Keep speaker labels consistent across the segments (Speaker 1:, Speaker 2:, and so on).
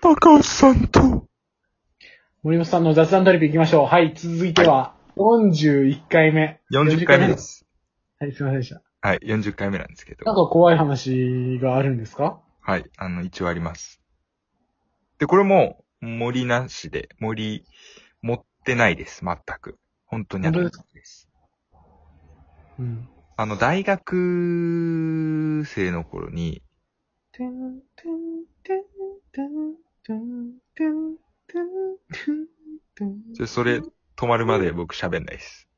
Speaker 1: 高橋さんと。
Speaker 2: 森本さんの雑談トリップ行きましょう。はい、続いては、41回目。
Speaker 1: 40回目で。す。
Speaker 2: はい、すいませんでした。
Speaker 1: はい、40回目なんですけ
Speaker 2: なん
Speaker 1: ど。
Speaker 2: か怖い話があるんですか
Speaker 1: はい、あの、一応あります。で、これも、森なしで、森、持ってないです、全く。本当にある
Speaker 2: 本当
Speaker 1: です。
Speaker 2: うん。
Speaker 1: あの、大学生の頃に、
Speaker 2: てんてんてんてんてんてんてんてん
Speaker 1: ちょそれ、止まるまで僕喋んないです。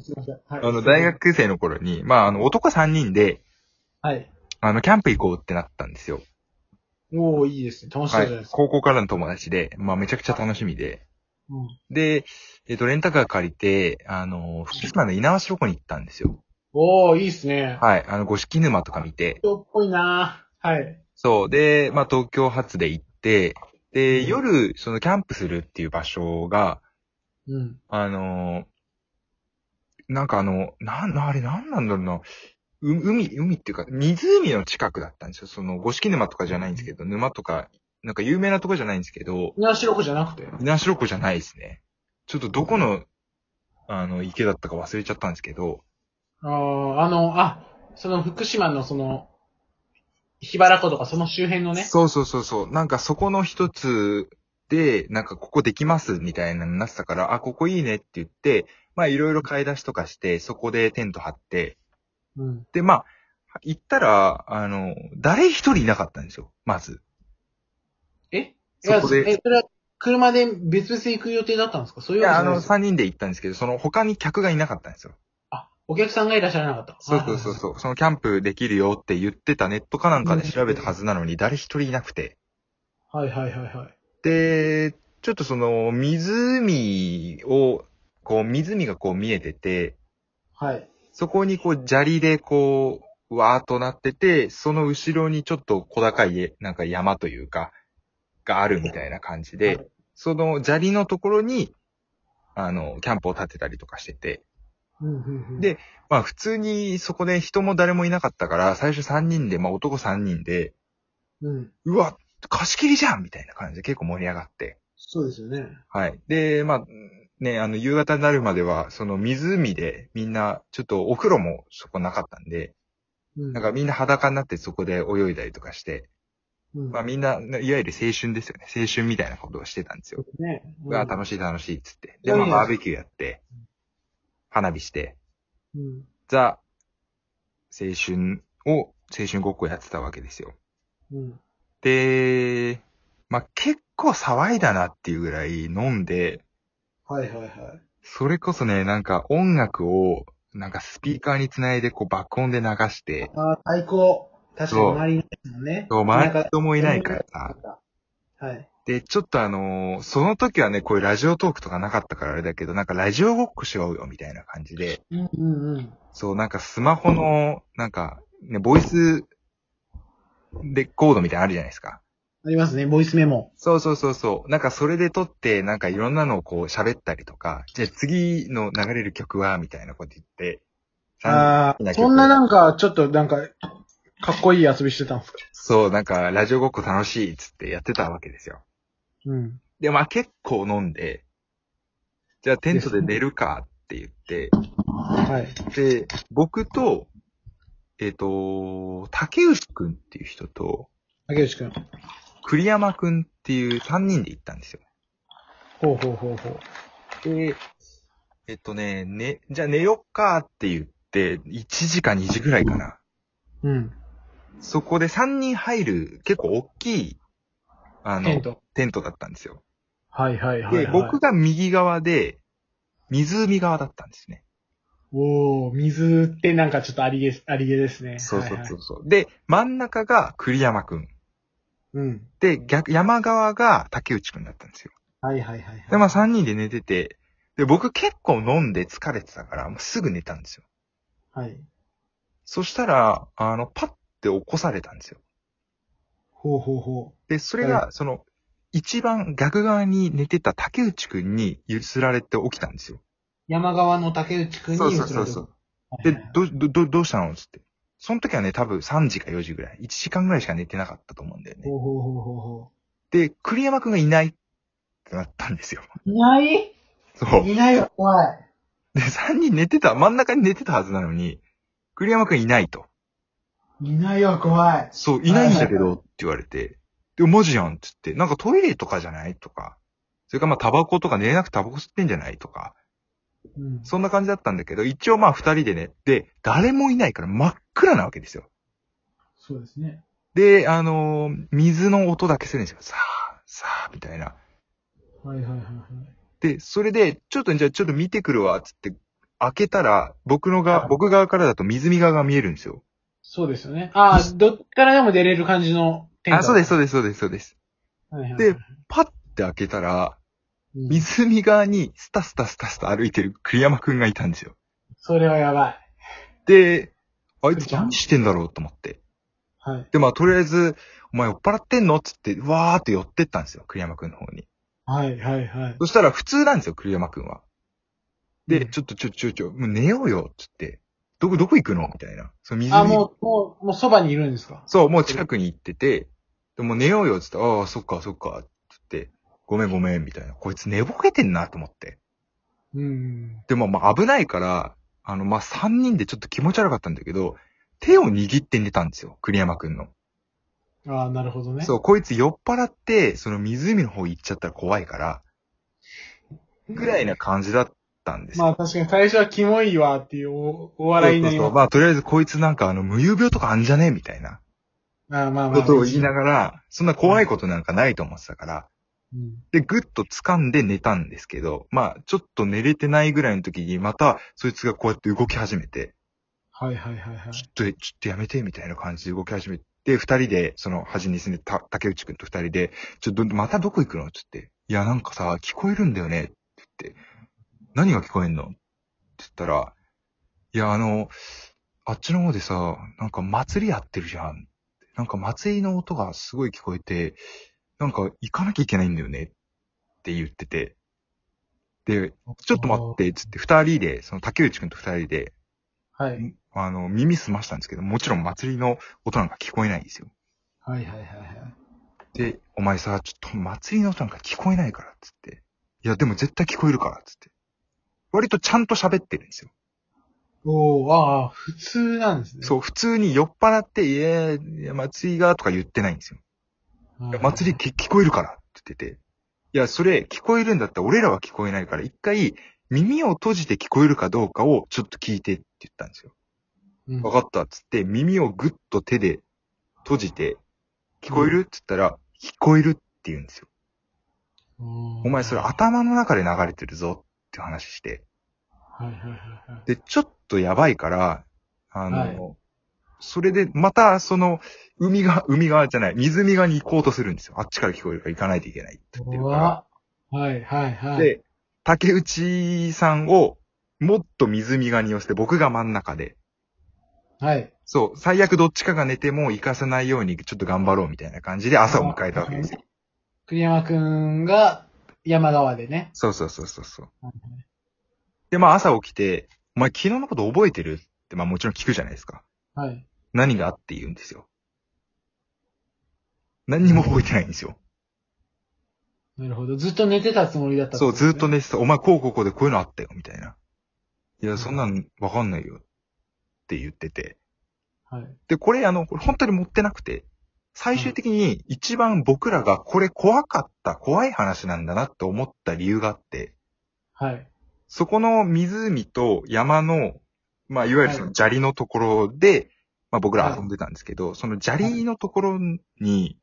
Speaker 2: すいません。は
Speaker 1: あ
Speaker 2: い。
Speaker 1: の、大。学生の頃に、まあ、あの、男3人で、
Speaker 2: はい。あ
Speaker 1: あの、キャンプ行こうってなったんですよ。
Speaker 2: おー、いいですね。楽しそ
Speaker 1: は
Speaker 2: うじゃない
Speaker 1: い
Speaker 2: で。すか。
Speaker 1: 高校からの友達で、まあ、めちゃくちゃ楽しみで。
Speaker 2: うん。
Speaker 1: で、えっ、と、レンタカー借りて、あの、福島の稲橋湖に行ったんですよ。
Speaker 2: おー、いいですね。
Speaker 1: はい。あの、五色沼とか見て。
Speaker 2: 東京っぽいなぁはい。
Speaker 1: そう。で、まあ、東京発で行って、で、夜、その、キャンプするっていう場所が、
Speaker 2: うん。
Speaker 1: あのーなんかあの、なん、あれなんなんだろうな。う海、海っていうか、湖の近くだったんですよ。その、五色沼とかじゃないんですけど、沼とか、なんか有名なとこじゃないんですけど、
Speaker 2: 稲城湖じゃなくて。
Speaker 1: 稲城湖じゃないですね。ちょっとどこの、あの、池だったか忘れちゃったんですけど、
Speaker 2: ああ、あの、あ、その福島のその、桧原湖とかその周辺のね。
Speaker 1: そうそうそうそう。なんかそこの一つで、なんかここできますみたいなのになってたから、あ、ここいいねって言って、まあいろいろ買い出しとかして、そこでテント張って、
Speaker 2: うん。
Speaker 1: で、まあ、行ったら、あの、誰一人いなかったんですよ、まず。
Speaker 2: え
Speaker 1: そこ
Speaker 2: いや
Speaker 1: で。
Speaker 2: え、それは車で別々行く予定だったんですかそう
Speaker 1: い
Speaker 2: いうわけ
Speaker 1: や、あ
Speaker 2: じゃない
Speaker 1: の、
Speaker 2: ですか
Speaker 1: 三人で行ったんですけど、その他に客がいなかったんですよ。
Speaker 2: あ、お客さんがいらっしゃらなかった。
Speaker 1: そうそうそう
Speaker 2: はい
Speaker 1: そう。そのキャンプできるよって言ってたネットかなんかで調べたはずなのに、誰一人いなくて。
Speaker 2: はいはいはいはい。
Speaker 1: で、ちょっとその、湖を、こう、湖がこう見えてて、
Speaker 2: はい。
Speaker 1: そこにこう砂利でこう、わーっとなってて、その後ろにちょっと小高いえなんか山というか、があるみたいな感じ
Speaker 2: は
Speaker 1: で、その砂利のところに、あの、キャンプを建てたりとかしてて、
Speaker 2: うんうんうん。
Speaker 1: でまあ普通にそこで人も誰もいなかったから、最初3人で、まあ男3人で、
Speaker 2: うん。
Speaker 1: うわ、貸し切りじゃんみたいな感じで結構盛り上がって、
Speaker 2: そうですよね。
Speaker 1: はい。で、まあ、ね、あの、夕方になるまでは、その湖でみんな、ちょっとお風呂もそこなかったんで、
Speaker 2: うん。
Speaker 1: なんかみんな裸になってそこで泳いだりとかして、
Speaker 2: うん、
Speaker 1: まあみんな、いわゆる青春ですよね。青春みたいなことをしてたんですよ。
Speaker 2: ね。
Speaker 1: うわ、
Speaker 2: し
Speaker 1: 楽しい楽しいっつって。
Speaker 2: い
Speaker 1: で、
Speaker 2: やい
Speaker 1: ま
Speaker 2: や
Speaker 1: あバーベキューやって、花火して、
Speaker 2: い。うん。
Speaker 1: ザ、青春を、青春ごっこやってたわけですよ。
Speaker 2: うん。
Speaker 1: で、まあ結構騒いだなっていうぐらい飲んで、
Speaker 2: はいはいはい。
Speaker 1: それこそね、なんか音楽を、なんかスピーカーにつないでこう爆音で流して、
Speaker 2: ああ、最高。確かに
Speaker 1: そう
Speaker 2: 周りの人もね。
Speaker 1: そう周りの人もいないからさ。
Speaker 2: はい。
Speaker 1: で、ちょっとあのーその時はね、こういうラジオトークとかなかったからあれだけど、なんかラジオごっこしようよみたいな感じで、
Speaker 2: うんうんうん。
Speaker 1: そう、なんかスマホの、なんか、ね、ボイスレコードみたいなのあるじゃないですか。
Speaker 2: ありますね、ボイスメモ。
Speaker 1: そうそうそうそう。なんかそれで撮って、なんかいろんなのをこう喋ったりとか、じゃあ次の流れる曲は、みたいなこと言って、
Speaker 2: あ
Speaker 1: 好き
Speaker 2: あ、
Speaker 1: な曲
Speaker 2: そんななんか、ちょっとなんか、かっこいい遊びしてたんですか
Speaker 1: そう、なんかラジオごっこ楽しいっつってやってたわけですよ。
Speaker 2: うん。
Speaker 1: で、まあ結構飲んで、じゃあテントで寝るかって言って、
Speaker 2: はい。
Speaker 1: で、僕と、えっ、と、竹内くんっていう人と、
Speaker 2: 竹内くん。
Speaker 1: 栗山くんっていう3人で行ったんですよ。
Speaker 2: ほうほうほうほう。
Speaker 1: で、えっ、とね、ね、じゃあ寝よっかって言って、1時か2時ぐらいかな。
Speaker 2: うん。
Speaker 1: そこで3人入る結構大きい、あの、
Speaker 2: テント。
Speaker 1: テントだったんですよ。
Speaker 2: はいはいはい、
Speaker 1: で、
Speaker 2: はい。
Speaker 1: 僕が右側で、湖側だったんですね。
Speaker 2: おお水ってなんかちょっとありげ、ありげですね。
Speaker 1: そうそう
Speaker 2: はい
Speaker 1: そ
Speaker 2: は
Speaker 1: うそう。で、真ん中が栗山くん。
Speaker 2: い。うん。
Speaker 1: で、逆、山側が竹内くんだったんですよ。
Speaker 2: はいはいはい、はい。
Speaker 1: で、まあ3人で寝てて、で、僕結構飲んで疲れてたから、もうすぐ寝たんですよ。
Speaker 2: はい。
Speaker 1: そしたら、あの、パッて起こされたんですよ。
Speaker 2: ほうほうほ
Speaker 1: で、それが、その、一番逆側に寝てた竹内くんに揺すられて起きたんですよ。
Speaker 2: う。山側の竹内くんに
Speaker 1: そうそうそうそう
Speaker 2: 移られる。
Speaker 1: で
Speaker 2: はいはいは、い
Speaker 1: ど、ど、どどうしたのつって。その時はね、多分3時か4時ぐらい。1時間ぐらいしか寝てなかったと思うんだよね。
Speaker 2: ほうほうほうほうほ
Speaker 1: で、栗山くんがいないってなったんですよ。
Speaker 2: う。いない
Speaker 1: そう。
Speaker 2: いないよ、怖い。
Speaker 1: で、3人寝てた、真ん中に寝てたはずなのに、栗山くんいないと。
Speaker 2: いないよ、怖い。
Speaker 1: そう、いないんだけどって言われて、でもマジやんって言って、なんかトイレとかじゃないとか、それからまあタバコとか寝れなくてタバコ吸ってんじゃないとか、
Speaker 2: うん。
Speaker 1: そんな感じだったんだけど、一応まあ二人でね、で、誰もいないから真っ暗なわけですよ。
Speaker 2: そうですね。
Speaker 1: で、あのー水の音だけするんですよ。さあ、さあ、みたいな。
Speaker 2: はいはいはいはい。
Speaker 1: で、それで、ちょっとじゃあちょっと見てくるわ、つって、開けたら、僕のが、僕側からだと湖側が見えるんですよ。
Speaker 2: そうですよね。ああ、どっからでも出れる感じのテント。
Speaker 1: あ、そうです、
Speaker 2: は
Speaker 1: そうです、そうです、そうです。
Speaker 2: いはいはい、
Speaker 1: でパッて開けたら、
Speaker 2: うん、
Speaker 1: 湖側にスタスタスタスタ歩いてる栗山くんがいたんですよ。
Speaker 2: それはやばい。
Speaker 1: で、あいつ何してんだろうと思って。
Speaker 2: はい。
Speaker 1: で、まあ、とりあえず、お前酔っ払ってんのっつって、わーって寄ってったんですよ、栗山くんの方に。
Speaker 2: はいはいはい。
Speaker 1: そしたら普通なんですよ、栗山くんは。
Speaker 2: う
Speaker 1: で、
Speaker 2: ん
Speaker 1: ちょっとちょ、ちょ、ちょ、もう寝ようよ、っつって。どこ、どこ行くのみたいな。その
Speaker 2: あ、
Speaker 1: 湖。
Speaker 2: もう、もう、もうそばにいるんですか
Speaker 1: そう、もう近くに行ってて、でもう寝ようよ、っつって、ああ、そっか、そっか、っつって、ごめんごめん、みたいな。こいつ寝ぼけてんな、と思って。
Speaker 2: うん。
Speaker 1: でもまあ危ないから、あのまあ3人でちょっと気持ち悪かったんだけど、手を握って寝たんですよ、栗山くんの。
Speaker 2: ああ、なるほどね。
Speaker 1: そう、こいつ酔っ払って、その湖の方行っちゃったら怖いから、ぐらいな感じだったんですよ。
Speaker 2: まあ確かに最初はキモいわっていうおお笑いになり
Speaker 1: そうそう
Speaker 2: ま
Speaker 1: そうま
Speaker 2: す。
Speaker 1: あとりあえずこいつなんかあの無遊病とかあんじゃねえみたいな
Speaker 2: ああまあま
Speaker 1: こ
Speaker 2: あ。
Speaker 1: とを言いながら、そんな怖いことなんかないと思ってたから、
Speaker 2: うん
Speaker 1: で、ぐっと掴んで寝たんですけど、まあちょっと寝れてないぐらいの時にまたそいつがこうやって動き始めて、
Speaker 2: はいはいはいはい。
Speaker 1: ちょっと、ちょっとやめて、みたいな感じで動き始めて、二人で、その、端に住んでた、竹内くんと二人で、ちょっと、またどこ行くのつって。いや、なんかさ、聞こえるんだよね。って言って。何が聞こえんのって言ったら、いや、あの、あっちの方でさ、なんか祭りやってるじゃん。なんか祭りの音がすごい聞こえて、なんか行かなきゃいけないんだよね。って言ってて。で、ちょっと待って、つって、二人で、その竹内くんと二人で、
Speaker 2: ああ。はい。
Speaker 1: あの、耳澄ましたんですけど、もちろん祭りの音なんか聞こえないんですよ。
Speaker 2: はいはいはいはい。
Speaker 1: で、お前さ、ちょっと祭りの音なんか聞こえないから、つって。いや、でも絶対聞こえるから、つって。割とちゃんと喋ってるんですよ。
Speaker 2: おおああ、普通なんですね。
Speaker 1: そう、普通に酔っ払って、いやいや、祭りが、とか言ってないんですよ。
Speaker 2: はい
Speaker 1: い
Speaker 2: は
Speaker 1: や
Speaker 2: い。
Speaker 1: 祭りき聞こえるから、って言ってて。いや、それ聞こえるんだったら俺らは聞こえないから、一回耳を閉じて聞こえるかどうかをちょっと聞いてって言ったんですよ。
Speaker 2: うん
Speaker 1: わかったっつって、耳をぐっと手で閉じて、聞こえるっつったら、聞こえるって言うんですよ。
Speaker 2: お
Speaker 1: お前それ
Speaker 2: はい
Speaker 1: 頭の中で流れてるぞって話して。
Speaker 2: はいはいはい。
Speaker 1: で、ちょっとやばいから、あの、
Speaker 2: はい
Speaker 1: それでまたその、海が、海側じゃない、湖側に行こうとするんですよ。あっちから聞こえるから行かないといけないって言ってるか
Speaker 2: はいはいは
Speaker 1: ら。
Speaker 2: い。、
Speaker 1: で、竹内さんをもっと湖側に寄せて、僕が真ん中で。
Speaker 2: はい。
Speaker 1: そう、最悪どっちかが寝ても行かせないようにちょっと頑張ろうみたいな感じで朝を迎えたわけですよ。
Speaker 2: 栗山くんが山側でね。
Speaker 1: そうそうそうそうそう
Speaker 2: はい。
Speaker 1: で、まあ朝起きて、お前昨日のこと覚えてるって、まあもちろん聞くじゃないですか。
Speaker 2: はい。
Speaker 1: 何があって言うんですよ。何にも覚えてないんですよ。
Speaker 2: なるほど。ずっと寝てたつもりだった、
Speaker 1: そう、ずっと
Speaker 2: ね。
Speaker 1: 寝てた。お前こうこうこうでこういうのあったよ、みたいな。いや、そんなんわかんないよ。って言ってて。
Speaker 2: はい。
Speaker 1: で、これあの、これ本当に持ってなくて、最終的に一番僕らがこれ怖かった、怖い話なんだなって思った理由があって、
Speaker 2: はい。
Speaker 1: そこの湖と山の、まあ、いわゆるそ
Speaker 2: は
Speaker 1: の
Speaker 2: い
Speaker 1: 砂利のところで、まあ僕ら遊んでたんですけど、その砂利のところに、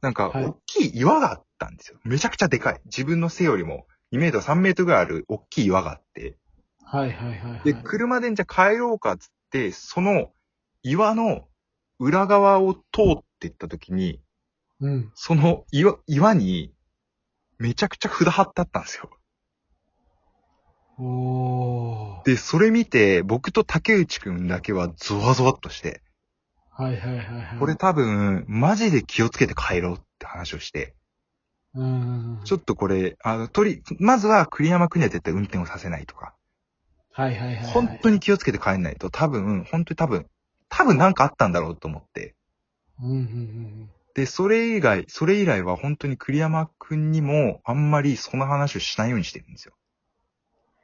Speaker 1: なんか
Speaker 2: はい
Speaker 1: 大きい岩があったんですよ。めちゃくちゃでかい。自分の背よりも2メートル、3メートルぐらいある大きい岩があって、
Speaker 2: はいはいはい、はい。
Speaker 1: で、車でじゃあ帰ろうかっつって、その岩の裏側を通っていった時に、
Speaker 2: うん。
Speaker 1: その岩、岩に、めちゃくちゃ札貼ってあったんですよ。
Speaker 2: おー。
Speaker 1: で、それ見て、僕と竹内くんだけはゾワゾワっとして、
Speaker 2: はいはいはいはい。
Speaker 1: これ、多分、マジで気をつけて帰ろうって話をして、
Speaker 2: うん。
Speaker 1: ちょっとこれ、あの、とり、まずは栗山くんには絶対運転をさせないとか、
Speaker 2: はいはいはいはい。
Speaker 1: 本当に気をつけて帰んないと、多分、本当に多分、多分なんかあったんだろうと思って。
Speaker 2: うん、うん、
Speaker 1: で、それ以外、それ以来は本当に栗山くんにも、あんまりその話をしないようにしてるんですよ。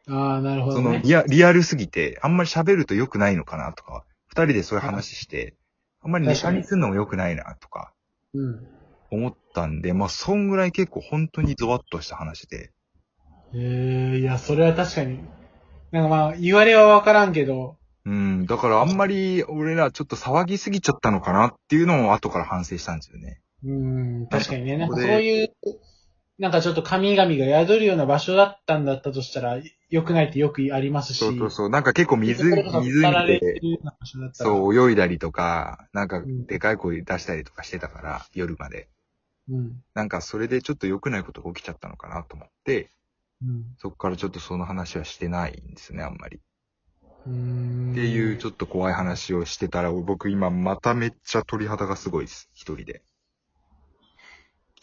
Speaker 2: うん。ああ、なるほ
Speaker 1: そ
Speaker 2: ど
Speaker 1: の
Speaker 2: ね。
Speaker 1: リア、リアルすぎて、あんまり喋ると良くないのかなとか、二人でそういう話して、あんまりネタにするのも良くないなとか、
Speaker 2: うん。
Speaker 1: 思ったんで、まあ、そんぐらい結構本当にゾワッとした話で。
Speaker 2: ええいや、それは確かに。なんかまあ、言われはわからんけど、
Speaker 1: うん、だからあんまり俺らちょっと騒ぎすぎちゃったのかなっていうのを後から反省したんですよね。
Speaker 2: うん、確かにね。
Speaker 1: な
Speaker 2: なん
Speaker 1: か
Speaker 2: んか
Speaker 1: ここ
Speaker 2: そう
Speaker 1: で
Speaker 2: いう、なんかちょっと神々が宿るような場所だったんだったとしたら、良くないってよくありますし。
Speaker 1: そうそうそう。なんか結構水、
Speaker 2: そういうところが
Speaker 1: 水
Speaker 2: 語られ
Speaker 1: 見
Speaker 2: てる
Speaker 1: て、
Speaker 2: ような場所だったら。
Speaker 1: そう泳いだりとか、なんか
Speaker 2: うん
Speaker 1: でかい声出したりとかしてたから、夜まで。
Speaker 2: う。うん。
Speaker 1: なんかそれでちょっと良くないことが起きちゃったのかなと思って、
Speaker 2: うん。
Speaker 1: そこからちょっとその話はしてないんですね、あんまり。
Speaker 2: うーん。
Speaker 1: っていうちょっと怖い話をしてたら、僕今まためっちゃ鳥肌がすごいです、一人で。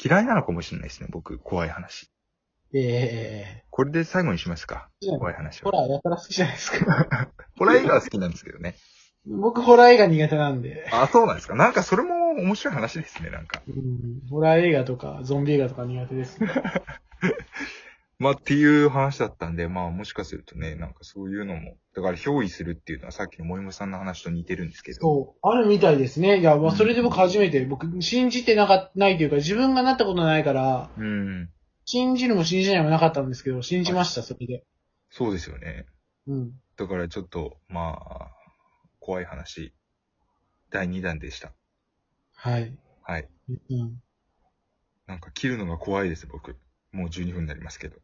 Speaker 1: 嫌いなのかもしれないですね、僕、怖い話。
Speaker 2: ええ
Speaker 1: これで最後にしますか。怖い話
Speaker 2: ホ
Speaker 1: は。
Speaker 2: ラーやたら好きじゃないですか。
Speaker 1: ホラー映画は好きなんですけどね。
Speaker 2: 僕、ホラー映画苦手なんで。
Speaker 1: あ、そうなんですか。なんかそれも面白い話ですね、なんか。
Speaker 2: うん。ホラー映画とか、ゾンビ映画とか苦手です。
Speaker 1: まあっていう話だったんで、まあもしかするとね、なんかそういうのも、だから憑依するっていうのはさっきの森本さんの話と似てるんですけど。
Speaker 2: そう。あるみたいですね。いや、まあ
Speaker 1: うん
Speaker 2: それで僕初めて、僕、信じてなか、ないというか、自分がなったことないから、
Speaker 1: うん。
Speaker 2: 信じるも信じないもなかったんですけど、信じました、それで。
Speaker 1: そうですよね。
Speaker 2: うん。
Speaker 1: だからちょっと、まあ、怖い話、第2弾でした。
Speaker 2: はい。
Speaker 1: はい。
Speaker 2: うん。
Speaker 1: なんか切るのが怖いです、僕。もう12分になりますけど。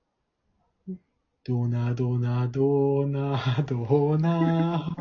Speaker 2: どうな、どうな、どうな、どうな。